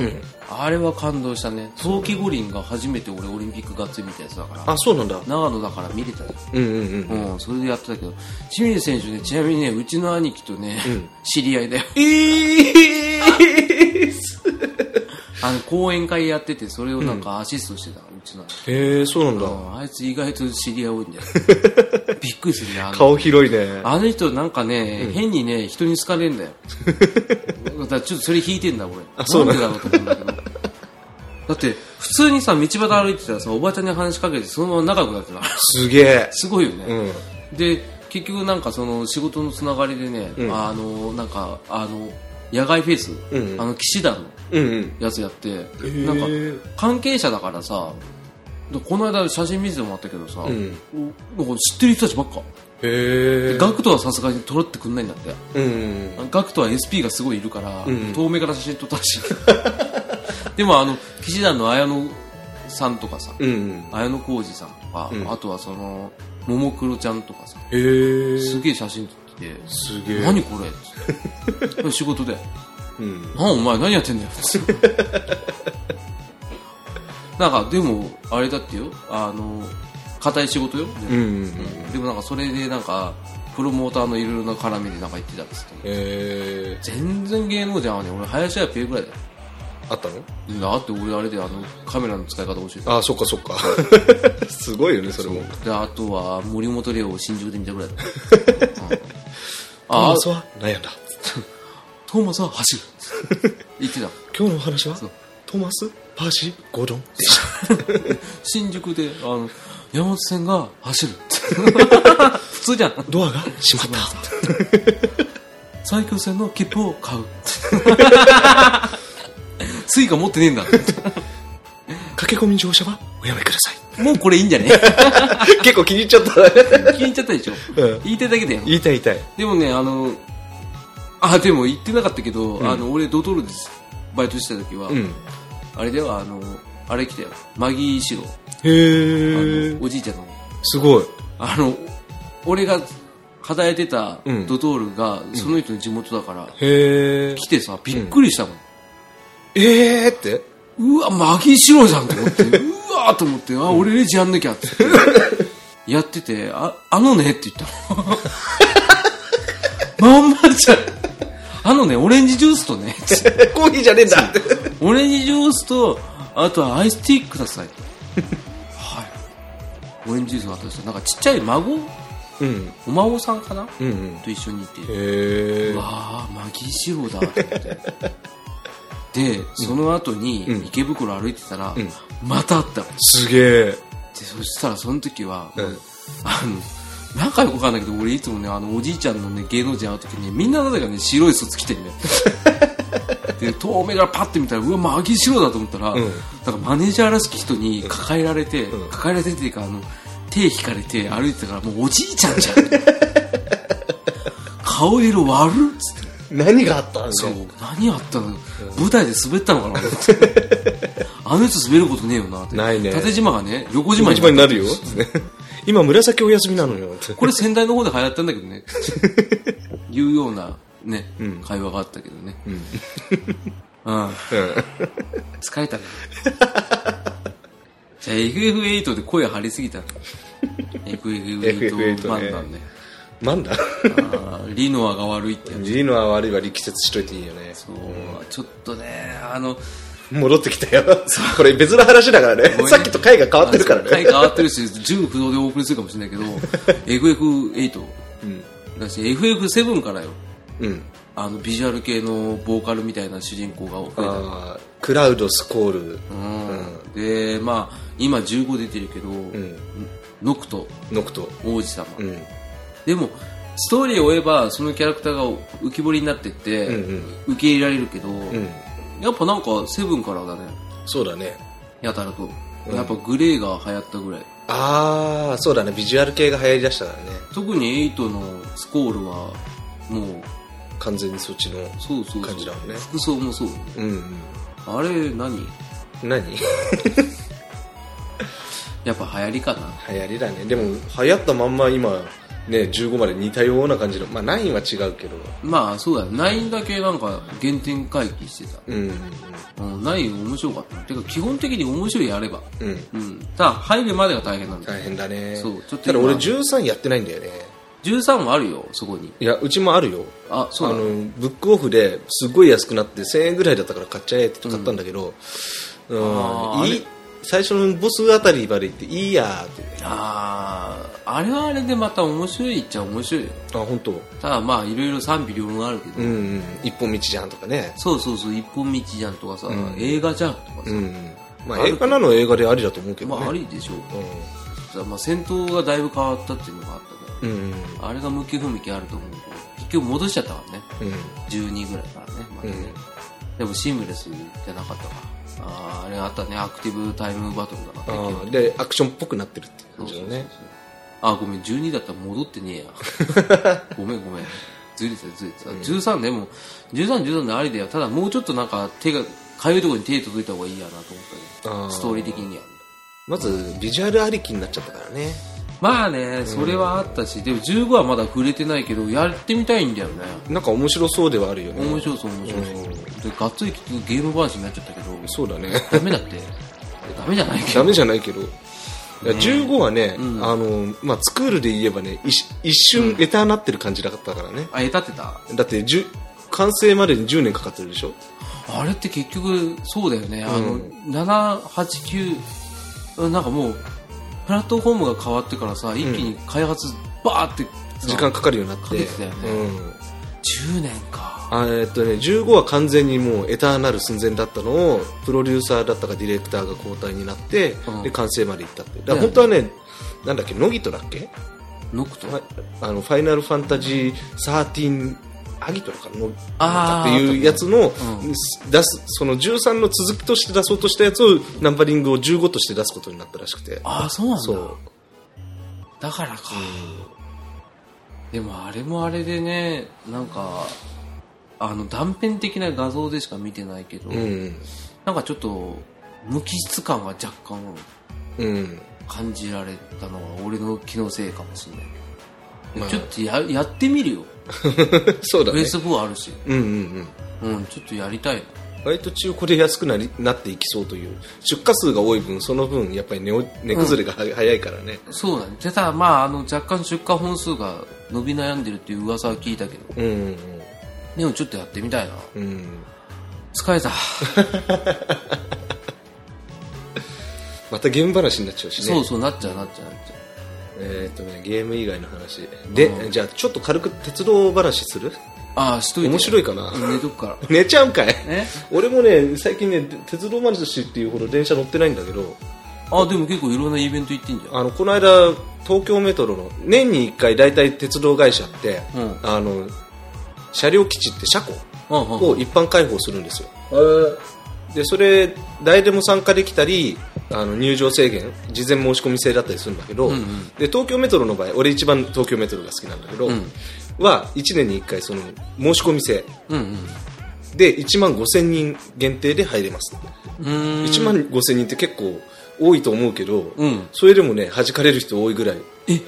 うん
あれは感動したね冬季五輪が初めて俺オリンピックがっつり見たやつだから
あそうなんだ
長野だから見れたじゃ
うんうんうん
ん、うん、それでやってたけど清水選手ねちなみにねうちの兄貴とね、知り合いだよ
え (laughs) ー
あの講演会やっててそれをなんかアシストしてたのうちの兄貴
えーそうなんだ
うんあいつ意外と知り合い多いんだ
(laughs)
よ。びっくりするね、あの
顔広いね
あの人なんかね、変にね、人に好かれ
(laughs)
んだよ。だからちょっとそれ引いてんだ、俺。
あそう
な
なん
で
ん
だろうと思うんだけど。だって、普通にさ、道端歩いてたらさ、おばちゃんに話しかけて、そのまま仲良くなってた。
すげえ
すごいよね。
うん
で、結局なんかその仕事のつながりでね、あの、なんか、あの、野外フェス、
うん
あの、騎士団の
うんうん
やつやって、
ー
なんか、関係者だからさ、でこの間写真見せてもらったけどさ、
ん
おなんか知ってる人たちばっか。
へえ
ガクトはさすがに撮ってくんないんだって。
うん
ガクトは SP がすごいいるから、
ん
遠目から写真撮った
(laughs)
らしい。でもあの、騎士団の綾野さんとかさ、
うん
綾野浩二さんとか、
ん
あとはその、ももクロちゃんとかさ、
へえ
すげえ写真撮ってて、
すげえ
何これって
(laughs)
仕事で。
うん
なんお前何やってん
(laughs)
だよなんかでもあれだってよあの硬い仕事よ、
うんうん
でもなんかそれでなんかプロモーターのいろいろな絡みでなんか言ってたっつって
えー
全然芸能人はね俺林家ペーぐらいだよ
あったの
だって俺あれであのカメラの使い方教えた
あそっかそっか (laughs) すごいよねそれも
であとは森本レオを新宿で見たぐらいだよ、
(laughs)
うん
あ
あ
あそう悩んだ
トーマスは走る
(laughs)
言ってた
今日のお話は
そう
トーマスパーシーゴードン
新宿であの山手線が走る (laughs) 普通じゃん
ドアが閉まった
最強戦の切符を買う (laughs) スイカ持ってねえんだ
駆け込み乗車はおやめください
もうこれいいんじゃね
(laughs) 結構気に入っちゃったね
聞いちゃったでしょ、
うん
言いたいだけだよ
(laughs) 言いたい言いたい
でもねあのあでも言ってなかったけど、あの俺ドトールでバイトしてた時は、
うん
あれではあのあれ来たよマギーシロ
へえ
おじいちゃんの
すごい
あの俺が働いてた
うん
ドトールが、その人の地元だから、
へえ
来てさびっくりしたもん、
えーって
うわ、マギーシローじゃんと思って、うわーと思って、あ、俺レジやんなきゃって言って。やってて、あ、あのねって言ったの。まんまじゃん。あのね、オレンジジュースとね、
コーヒーじゃねえんだって
オレンジジュースと、あとはアイスティーください。はい。オレンジジュース渡した。なんかちっちゃい孫、
うん
お孫さんかな、
うんうん
と一緒にいて。
へえ
わあマギーシローだと思ってでその後に
うん
池袋歩いてたら、またあったのです
げえ
そしたらその時は、
うん
あのなんかよくわかんないけど俺いつもねあのおじいちゃんの、ね、芸能人会う時にみんななぜかね白いスーツ着てるねで
(laughs)
遠目からパッて見たらうわマギーシローだと思ったら、
ん
なんかマネージャーらしき人に抱えられて、
ん
抱えられてっていうかあの手引かれ
(laughs)
て歩いてたからもうおじいちゃんじゃん顔色悪っつって
何があったんだ
そう何あったの、舞台で滑ったのか
(laughs)
なあのやつ滑ることねえよなって
ないね
縦縞がね横縞
今
に
一番になるよ (laughs) 今紫お休みなのよって
これ仙台の方で流行ったんだけど
(laughs)
ねいうようなね、会話があったけどねうん、 (laughs) 疲れた
(laughs)
ねじゃあ FF8 で声張り
(laughs)
すぎた FF8
FF8
版だね
なん (laughs) だ
あーリノアが悪いってやつ
リーノは悪いは力説しといていいよね
そうちょっとねあの
戻ってきたよ (laughs) これ別の話だからねさっきと回が変わってるから
回
ね
変わってるし、純不動でお送りするかもしれないけど、FF8。だし、FF7 からよ。
うん
あの、ビジュアル系のボーカルみたいな主人公が増えたの
あークラウドスコール
うん。で、まあ、今15出てるけど、ノクト、
ノクト
王子様。
うん
でも、ストーリーを追えば、そのキャラクターが浮き彫りになってって、受け入れられるけど、
うん
やっぱなんか、セブンからだね。
そうだね
やたらと。やっぱグレーが流行ったぐらい。
ああそうだねビジュアル系が流行りだしたからね
特に8のスコールは、もう、
完全にそっちの
そうそうそう
感じだもんね
服装もそう
うん
あれ何
うん何流
やっぱ流行りかな
行りだねでも流行ったまんま今ね15まで似たような感じのまあ9は違うけど
まあそうだね9だけなんか原点回帰して
うん
た、うん、9面白かったてか基本的に面白いやれば
うん
うんただ入るまでが大変なんだ
大変だね
そうちょっと今
ただ俺13やってないんだよね
13はあるよそこに
いやうちもあるよ
あ
あ
そう
の
だ
ブックオフですごい安くなって1000円ぐらいだったから買っちゃえって買ったんだけど、うん
あー
いい最初のボスあたりまで行っていいやーって
あーあれはあれでまた面白いっちゃ面白いよ
あ本当
ただまあいろいろ賛否両論あるけど、
うん、うん、一本道じゃんとかね
そうそうそう一本道じゃんとかさ、映画じゃんとかさ、
うんま
あ
あ
る
映画なのは映画でありだと思うけど
ま
ね、
あありでしょう
う
ただまあ戦闘がだいぶ変わったっていうのがあったから
んうん
あれが向き不向きあると思うけど結局戻しちゃったからね。
うん
12ぐらいからね、またねでもシームレスじゃなかったから。あーあれあったね、アクティブタイムバトルだな。
あーでアクションっぽくなってるって感じだね
あー、ごめん、12だったら戻ってねえ
(laughs)
や。ごめんごめん。ずれてたずれてた。13でも、13、13でありだよ。ただもうちょっとなんか手が、かゆいところに手届いた方がいいやなと思ったけ
あ
ど、
ー
ストーリー的には。
まずビジュアルありきになっちゃったからね
まあね、それはあったし、でも15はまだ触れてないけど、やってみたいんだよね。
なんか面白そうではあるよね
面白そう面白そう、でがっつり結局ゲーム話になっちゃったけど
そうだね
ダメだ
(laughs)
ってダメじゃないけ
ダ
ど
メじゃないけど、15はね、あのまあ、スクールで言えばね一一瞬エターなってる感じだったからね、
あえたってた
だって10完成までに10年かかってるでしょ
あれって結局そうだよね、あの789なんかもうプラットフォームが変わってからさ一気に開発バーってさ
時間かかるようになっ
か
て
けてたよね
うん
10年か
あえっとね、15は完全にもうエターナル寸前だったのをプロデューサーだったかディレクターが交代になって、
うん
で完成まで行ったってだから
うん
本当はね、なんだっけノギトだっけ
ノクト、
ああのファイナルファンタジー13アギトラかの
あー
っていうやつの、
う
出すその13の続きとして出そうとしたやつをナンバリングを15として出すことになったらしくて
ああそうなんだ
そう
だからか、でもあれもあれでねなんかあの断片的な画像でしか見てないけど、
うん
なんかちょっと無機質感が若干
うん
感じられたのは俺の気のせいかもしれないけど、
まあ
ちょっとややってみるよ
そうだ
ベー
ね
ス4あるし、
うんうんうん
うん、ちょっとやりたい
割と中古で安くなりなっていきそうという出荷数が多い分その分やっぱり値を値崩れがは、早いからね
そうだねでただまああの若干出荷本数が伸び悩んでるっていう噂は聞いたけど
うんうん
でもちょっとやってみたいな
うんうん
疲れた、
またゲーム話になっちゃうしね
そうそうなっちゃうなっちゃうなっちゃう
えーっとねゲーム以外の話で、じゃあちょっと軽く鉄道話する
ああしといて
面白いかな (laughs)
寝とくから
寝ちゃうんかい
え
俺もね最近ね鉄道話っていうほど電車乗ってないんだけど
あでも結構いろんなイベント行ってんじゃん
あのこの間東京メトロの年に1回大体鉄道会社って、
うん
あの車両基地って車庫
うんうん
を一般開放するんですよ、でそれ誰でも参加できたりあの入場制限事前申し込み制だったりするんだけど、
ん
で東京メトロの場合俺一番東京メトロが好きなんだけど、は1年に1回その申し込み制
うんうん
で1万5000人限定で入れます
うーん
1万5000人って結構多いと思うけど、
ん
それでもね弾かれる人多いぐらい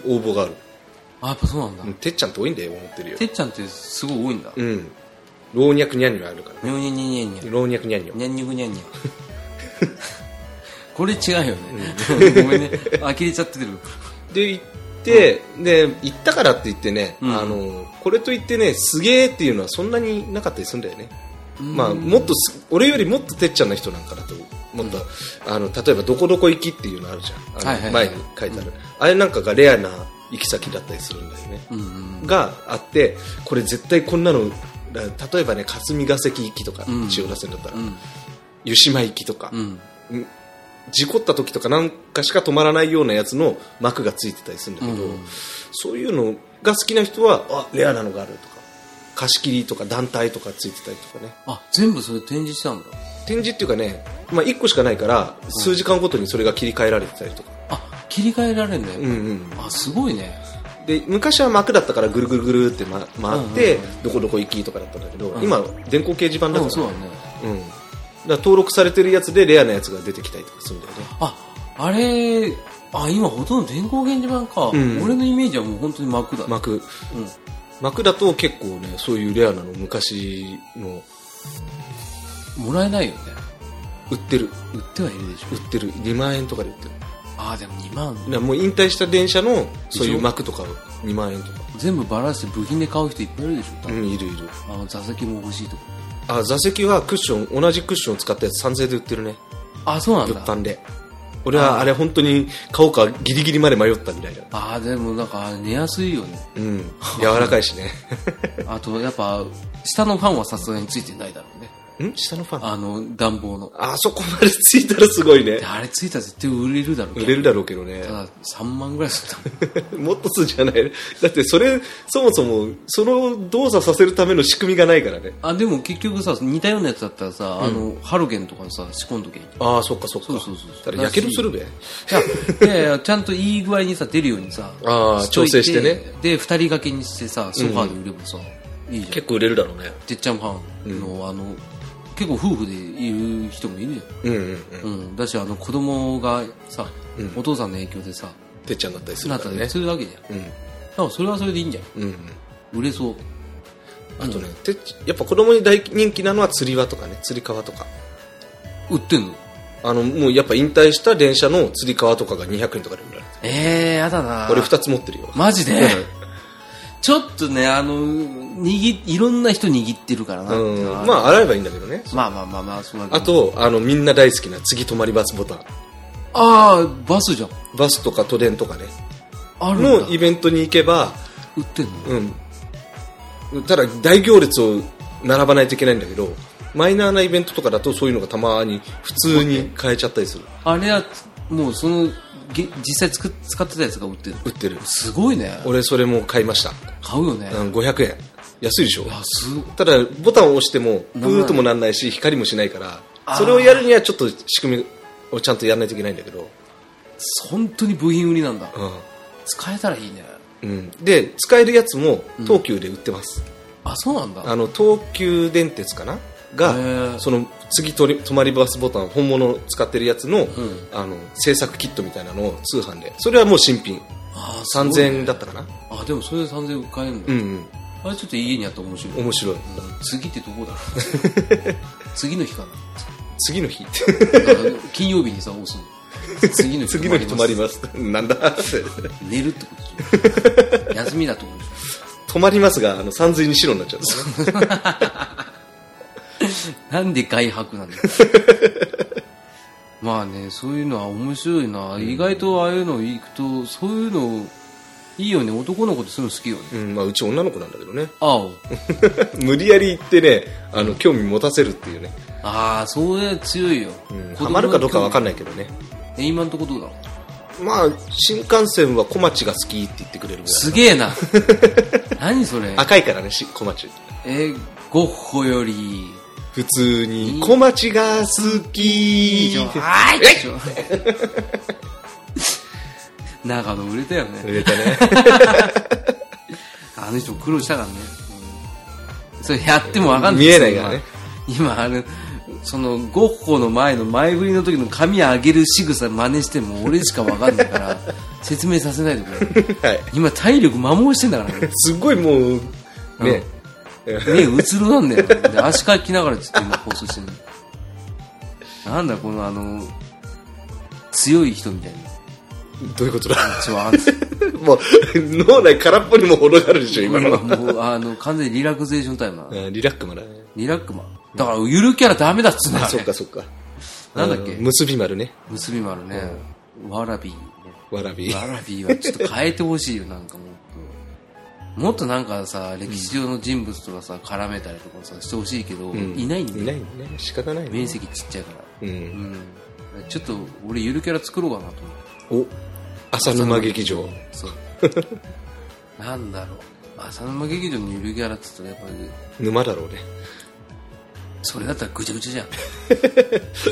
応募がある
あやっぱそうなんだ、
うんてっちゃんって多いんだよ思ってるよ
てっちゃんってすごい多いんだ
うん老若にゃんにはあるから
にょにゃにゃにゃにゃ
老若にゃんにゃ
にゃにゃにゃ (laughs) にゃこれ違うよねごめんね呆れちゃってる
で行って、で行ったからって言ってね、
うん
あのこれといってねすげえっていうのはそんなになかったりするんだよね、まあ、もっとす俺よりもっとてっちゃんの人なんかだともっと、あの例えば「どこどこ行き」っていうのあるじゃんあの
はいはいはい
前に書いてある、あれなんかがレアな行き先だったりするんだよね、
うんうん
があってこれ絶対こんなのだ例えばね霞が関行きとか、
うん
千代田線だったら、
うん
湯島行きとか、
うん
うん事故った時とかなんかしか止まらないようなやつの幕がついてたりするんだけど、
うん
そういうのが好きな人はあレアなのがあるとか貸し切りとか団体とかついてたりとかね
あ全部それ展示したんだ
展示っていうかね、まあ、1個しかないから数時間ごとにそれが切り替えられてたりとか、
あ切り替えられるんだよ、
うんうん、
あすごいね
で昔は幕だったからぐるぐるぐるって、ま、回って、どこどこ行きとかだったんだけど、今電光掲示板
う
だから
んそうだね
うん、だから登録されてるやつでレアなやつが出てきたりとかするんだよね
ああれあ今ほとんど電光掲示板か、
ん
俺のイメージはもう本当に幕だ、
幕、幕だと結構ねそういうレアなの昔の
もらえないよね
売ってる
売ってはいるでしょ
売ってる2万円とかで売ってる
あでも2万
だからもう引退した電車のそういう幕とかを2万円とか
全部バラして部品で買う人いっぱいいるでしょ多
う
分、
んいるいる
あの座席も欲しいとか
あ座席はクッション同じクッションを使ったやつ3000円で売ってるね
あそうなん
物
だ
販で俺はあれ本当に買おうかギリギリまで迷ったみたいな
あーでもなんか寝やすいよね
うん柔らかいしね
あとやっぱ下のファンはさすがについてないだろうね
(laughs) ん下のファンあ
あの暖房の
そこまでついたらすごいね
であれついたら絶対売れるだろうけ
売
ど
れるだろうけどね
ただ3万ぐらいするんだ
(laughs) もっとするじゃないだってそれそもそもその動作させるための仕組みがないから
も
ね
んあでも結局さ似たようなやつだったらさ、あのハロゲンとかさ仕込んどけばいい
ああそっかそっか
そうそうそう
ただやけどするべ
じゃあいやいやちゃんといい具合にさ出るようにさ
(laughs) あー
しとい
調整してね
で2人掛けにしてさソファーで売ればさ、いいじゃん
構売れるだろうね
てっちゃんファンの、あの結構夫婦でいる人もいるじ
うんうんうん
ゃん、うん、だしあの子供がさ、お父さんの影響でさ
てっちゃんだったりす
な
る
っ
か
た
ら
り
ね
するわけじゃん、
うん
だからそれはそれでいいんじゃん
うんうん
売れそう
あとね、てっちやっぱ子供に大人気なのは釣り輪とかね釣り革とか
売ってんの
あのもうやっぱ引退した電車の釣り革とかが200円とかで売られてる
ええー、やだな
俺2つ持ってるよ
マジでちょっとねあの握いろんな人握ってるからな、
うん
ま
まあ洗えばいいんだけどね
まあまあまあまあそうなんだ
あとあのみんな大好きな次止まりバスボタン
ああバスじゃん
バスとか都電とかね
あるんだ
のイベントに行けば
売ってんの
うん、ただ大行列を並ばないといけないんだけどマイナーなイベントとかだとそういうのがたまに普通に買えちゃったりする
あれはもうそのげ実際つく使ってたやつが売ってる
売ってる
すごいね
俺それも買いました、
買うよね、
うん、500円安いでしょ
あす
ただボタンを押してもプ
んない
ーともなんないし光もしないからそれをやるにはちょっと仕組みをちゃんとやらないといけないんだけど、
本当に部品売りなんだ、
う
使えたらいいね
んうん、で使えるやつも東急で売ってます、
あそうなんだ
あの東急電鉄かな
へ
が
ー
その次とり泊まりバスボタン本物を使ってるやつの,、
ん
あの制作キットみたいなのを通販でそれはもう新品
あーすごい
3000円だったかな、
あでもそれで3000円買えるんだ、
うん
あれちょっと家にあったら面白い
うん面白い
次ってどこだろう
(laughs)
次の日か
次の日 (laughs)
なだから金曜日にさ押すの次の日
次の日泊まりますなんだ
寝るってことでしょ休みだと思うでし
泊まりますがあの三髄に白になっちゃう、
ょなんで外泊
(laughs)
なんだよまあねそういうのは面白いな、意外とああいうの行くとそういうのいいよね男の子ってそういうの好きよね
うんまあ、うち女の子なんだけどね
青
(laughs) 無理やり行ってねあの興味持たせるっていうね、
ああそれ強いよ、
うん、ハマるかどうかわかん
ない
ないけどね
今んとこどうだろう
まあ新幹線は小町が好きって言ってくれるぐら
すげ
(laughs)
えな何それ
い赤いからねし小町
えーゴッホより
普通に小町が好
いい
き
じゃんはいでしょ (laughs) 長野売れたよね
(laughs) 売れたね
あの人も苦労したからね。うんそれやってもわかんない
見えないからね。
今、今あの、その、ゴッホの前の前振りの時の髪上げる仕草真似しても俺しかわかんない
(laughs)
から、説明させないでくれ。
はい。
今、体力摩耗してんだからね。
すごいもう、ね。
目うつろなんだよ。で足かきながらずっと今放送してるなんだこのあの、強い人みたいな。
どういうことだ (laughs)
ちょ、あんた
もう、脳内空っぽにもほどがあるでしょ、 (laughs) 今の。
今もう、あの、完全にリラクゼーションタイムだな
うんリラックマだね。
リラックマン。だから、ゆるキャラダメだっつうんだ
あ
よ
そっかそっか。
なんだっけ
うん結び丸ね。
結び丸ね。わらびね。
わらび。
わらびはちょっと変えてほしいよ、なんかもう。もっとなんかさ、歴史上の人物とかさ、絡めたりとかさ、してほしいけど、いないん
い
だ
な
よ。
いね。仕方ないね。
面積ちっちゃいから。
う。
うんん。ちょっと、俺、ゆるキャラ作ろうかなと思って。
お、浅沼劇場。
そう。なんだろう。浅沼劇場のゆるキャラって言ったらやっぱり、
沼だろうね。
それだったらぐちゃぐちゃじゃん。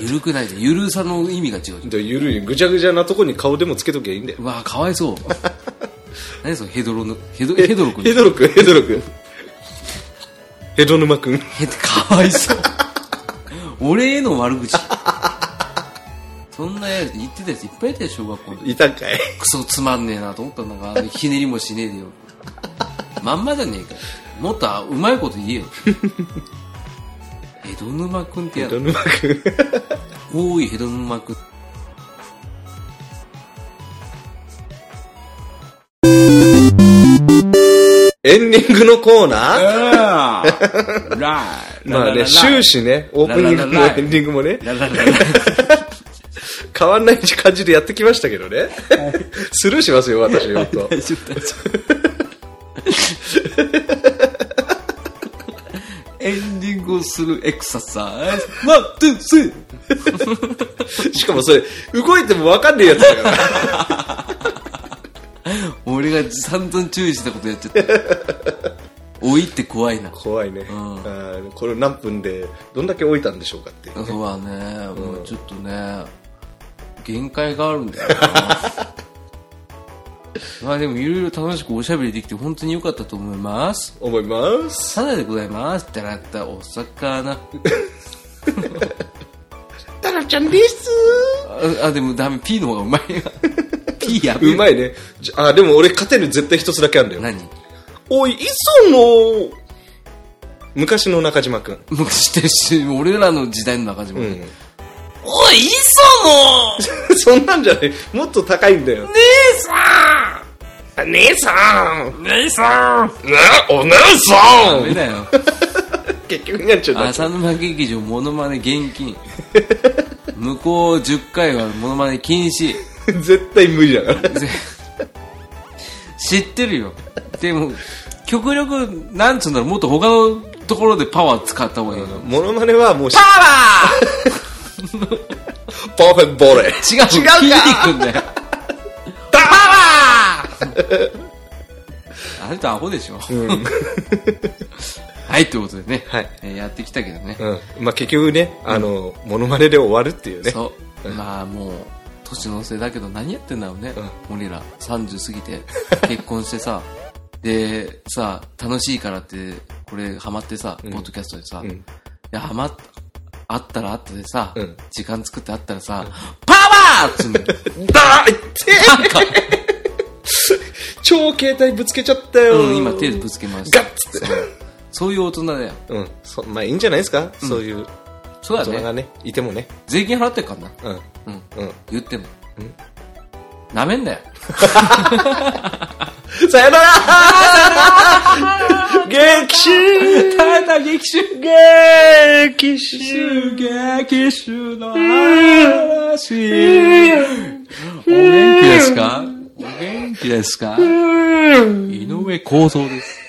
ゆるくないじゃん。ゆるさの意味が違うじゃん。
でゆるい、ぐちゃぐちゃなとこに顔でもつけときゃいいんだよ。
うわぁ、かわいそう。何そのヘドロの、ヘド、ヘドロくん。
ヘドロくん、ヘドロくん。ヘド沼くん。
ヘド (laughs) かわいそう。俺への悪口。そんなやつ言ってたやついっぱいいたよ、小学校の時。
いたんかい。
クソつまんねえなと思ったのが、ひねりもしねえでよ。まんまじゃねえかよ。もっとうまいこと言えよ。ヘド沼くんって
ヘ
や
ド
る。
沼くん。
おーい、ヘド沼くん。
エンディングのコーナー
ラ
(laughs)
イ
まあね、終始ね、オープニングも
ララララ
エンディングもね、
ララララ
変わんない感じでやってきましたけどね。スルーしますよ、私、本当。
大丈夫大丈夫 (laughs) エンディングをするエクササイズワン、ツー、スリー
しかもそれ、動いてもわかんねえやつだから。
(laughs) 俺が散々注意したことやっちゃった。老いって怖いな。
怖いね。
ん
あーこれ何分で、どんだけ置いたんでしょうかっていう。
そうはね、もうちょっとね、限界があるんだよな。まあでもいろいろ楽しくおしゃべりできて本当に良かったと思います。
思います。
サナでございます。ってなったお魚。
タラちゃんです
あ、あでもダメ、P の方がう
(laughs)
まいわ。P やべえ
うまいね。じゃあ、でも俺勝てる絶対一つだけあるんだよ。
何
おい、磯野昔の中島くん。 (laughs)
もう知ってるし、俺らの時代の中島。
う
も
ん。
おい、磯野
そんなんじゃない。もっと高いんだよ。姉さん姉さんねお姉さ
ダメだよ。
結局になっちゃうんだ。
浅沼劇場モノマネ厳禁。向こう10回はモノマネ禁止。
(laughs) 絶対無理だから。
ぜ知ってるよ。でも、極力、なんつうんだろう、もっと他のところでパワー使った方がいいよ。
モノマネはもうし、
パワー
(laughs) パーフェクトボレー。
違う、
違うか
筋肉
(laughs)
だよ。
パワー
(laughs) あれとアホでしょ。はい、ということでね、
はい
えーやってきたけどね。
うん。まあ、結局ね、あの、モノマネで終わるっていうね。
そう。まあもう、年のせいだけど何やってんだろうね。俺ら、30過ぎて、結婚してさ。で、さ、楽しいからって、これハマってさ、ポッドキャストでさ、
ん
で、ハマっ、あったらあったでさ、
うん
時間作ってあったらさ、パワーっつうの。
(laughs) だーって (laughs) 超携帯ぶつけちゃったよ、
うん、今手ぶつけまし
ガ
た。
ッつって。
そういう大人だよ。
うん。そまあ、いいんじゃないですか、そういう
そう
大
だ
人が
ね。
ね、いてもね。
税金払ってっからな。
うん。
うん。
うん。
言っても。なめんなよ。
(laughs) さよなら激臭
耐えた激臭
激臭
激臭の嵐。お元気ですかお元気ですか井上構造です。